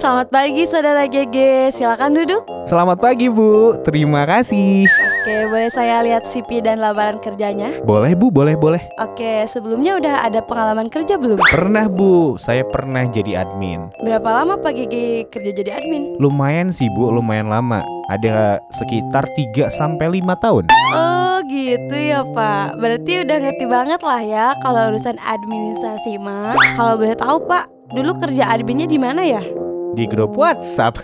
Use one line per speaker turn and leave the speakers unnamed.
Selamat pagi saudara GG, silakan duduk.
Selamat pagi Bu, terima kasih.
Oke, boleh saya lihat CV dan lamaran kerjanya?
Boleh Bu, boleh boleh.
Oke, sebelumnya udah ada pengalaman kerja belum?
Pernah Bu, saya pernah jadi admin.
Berapa lama Pak GG kerja jadi admin?
Lumayan sih Bu, lumayan lama. Ada sekitar 3 sampai 5 tahun.
Oh gitu ya Pak, berarti udah ngerti banget lah ya kalau urusan administrasi mah. Kalau boleh tahu Pak, dulu kerja adminnya di mana ya?
Di grup WhatsApp.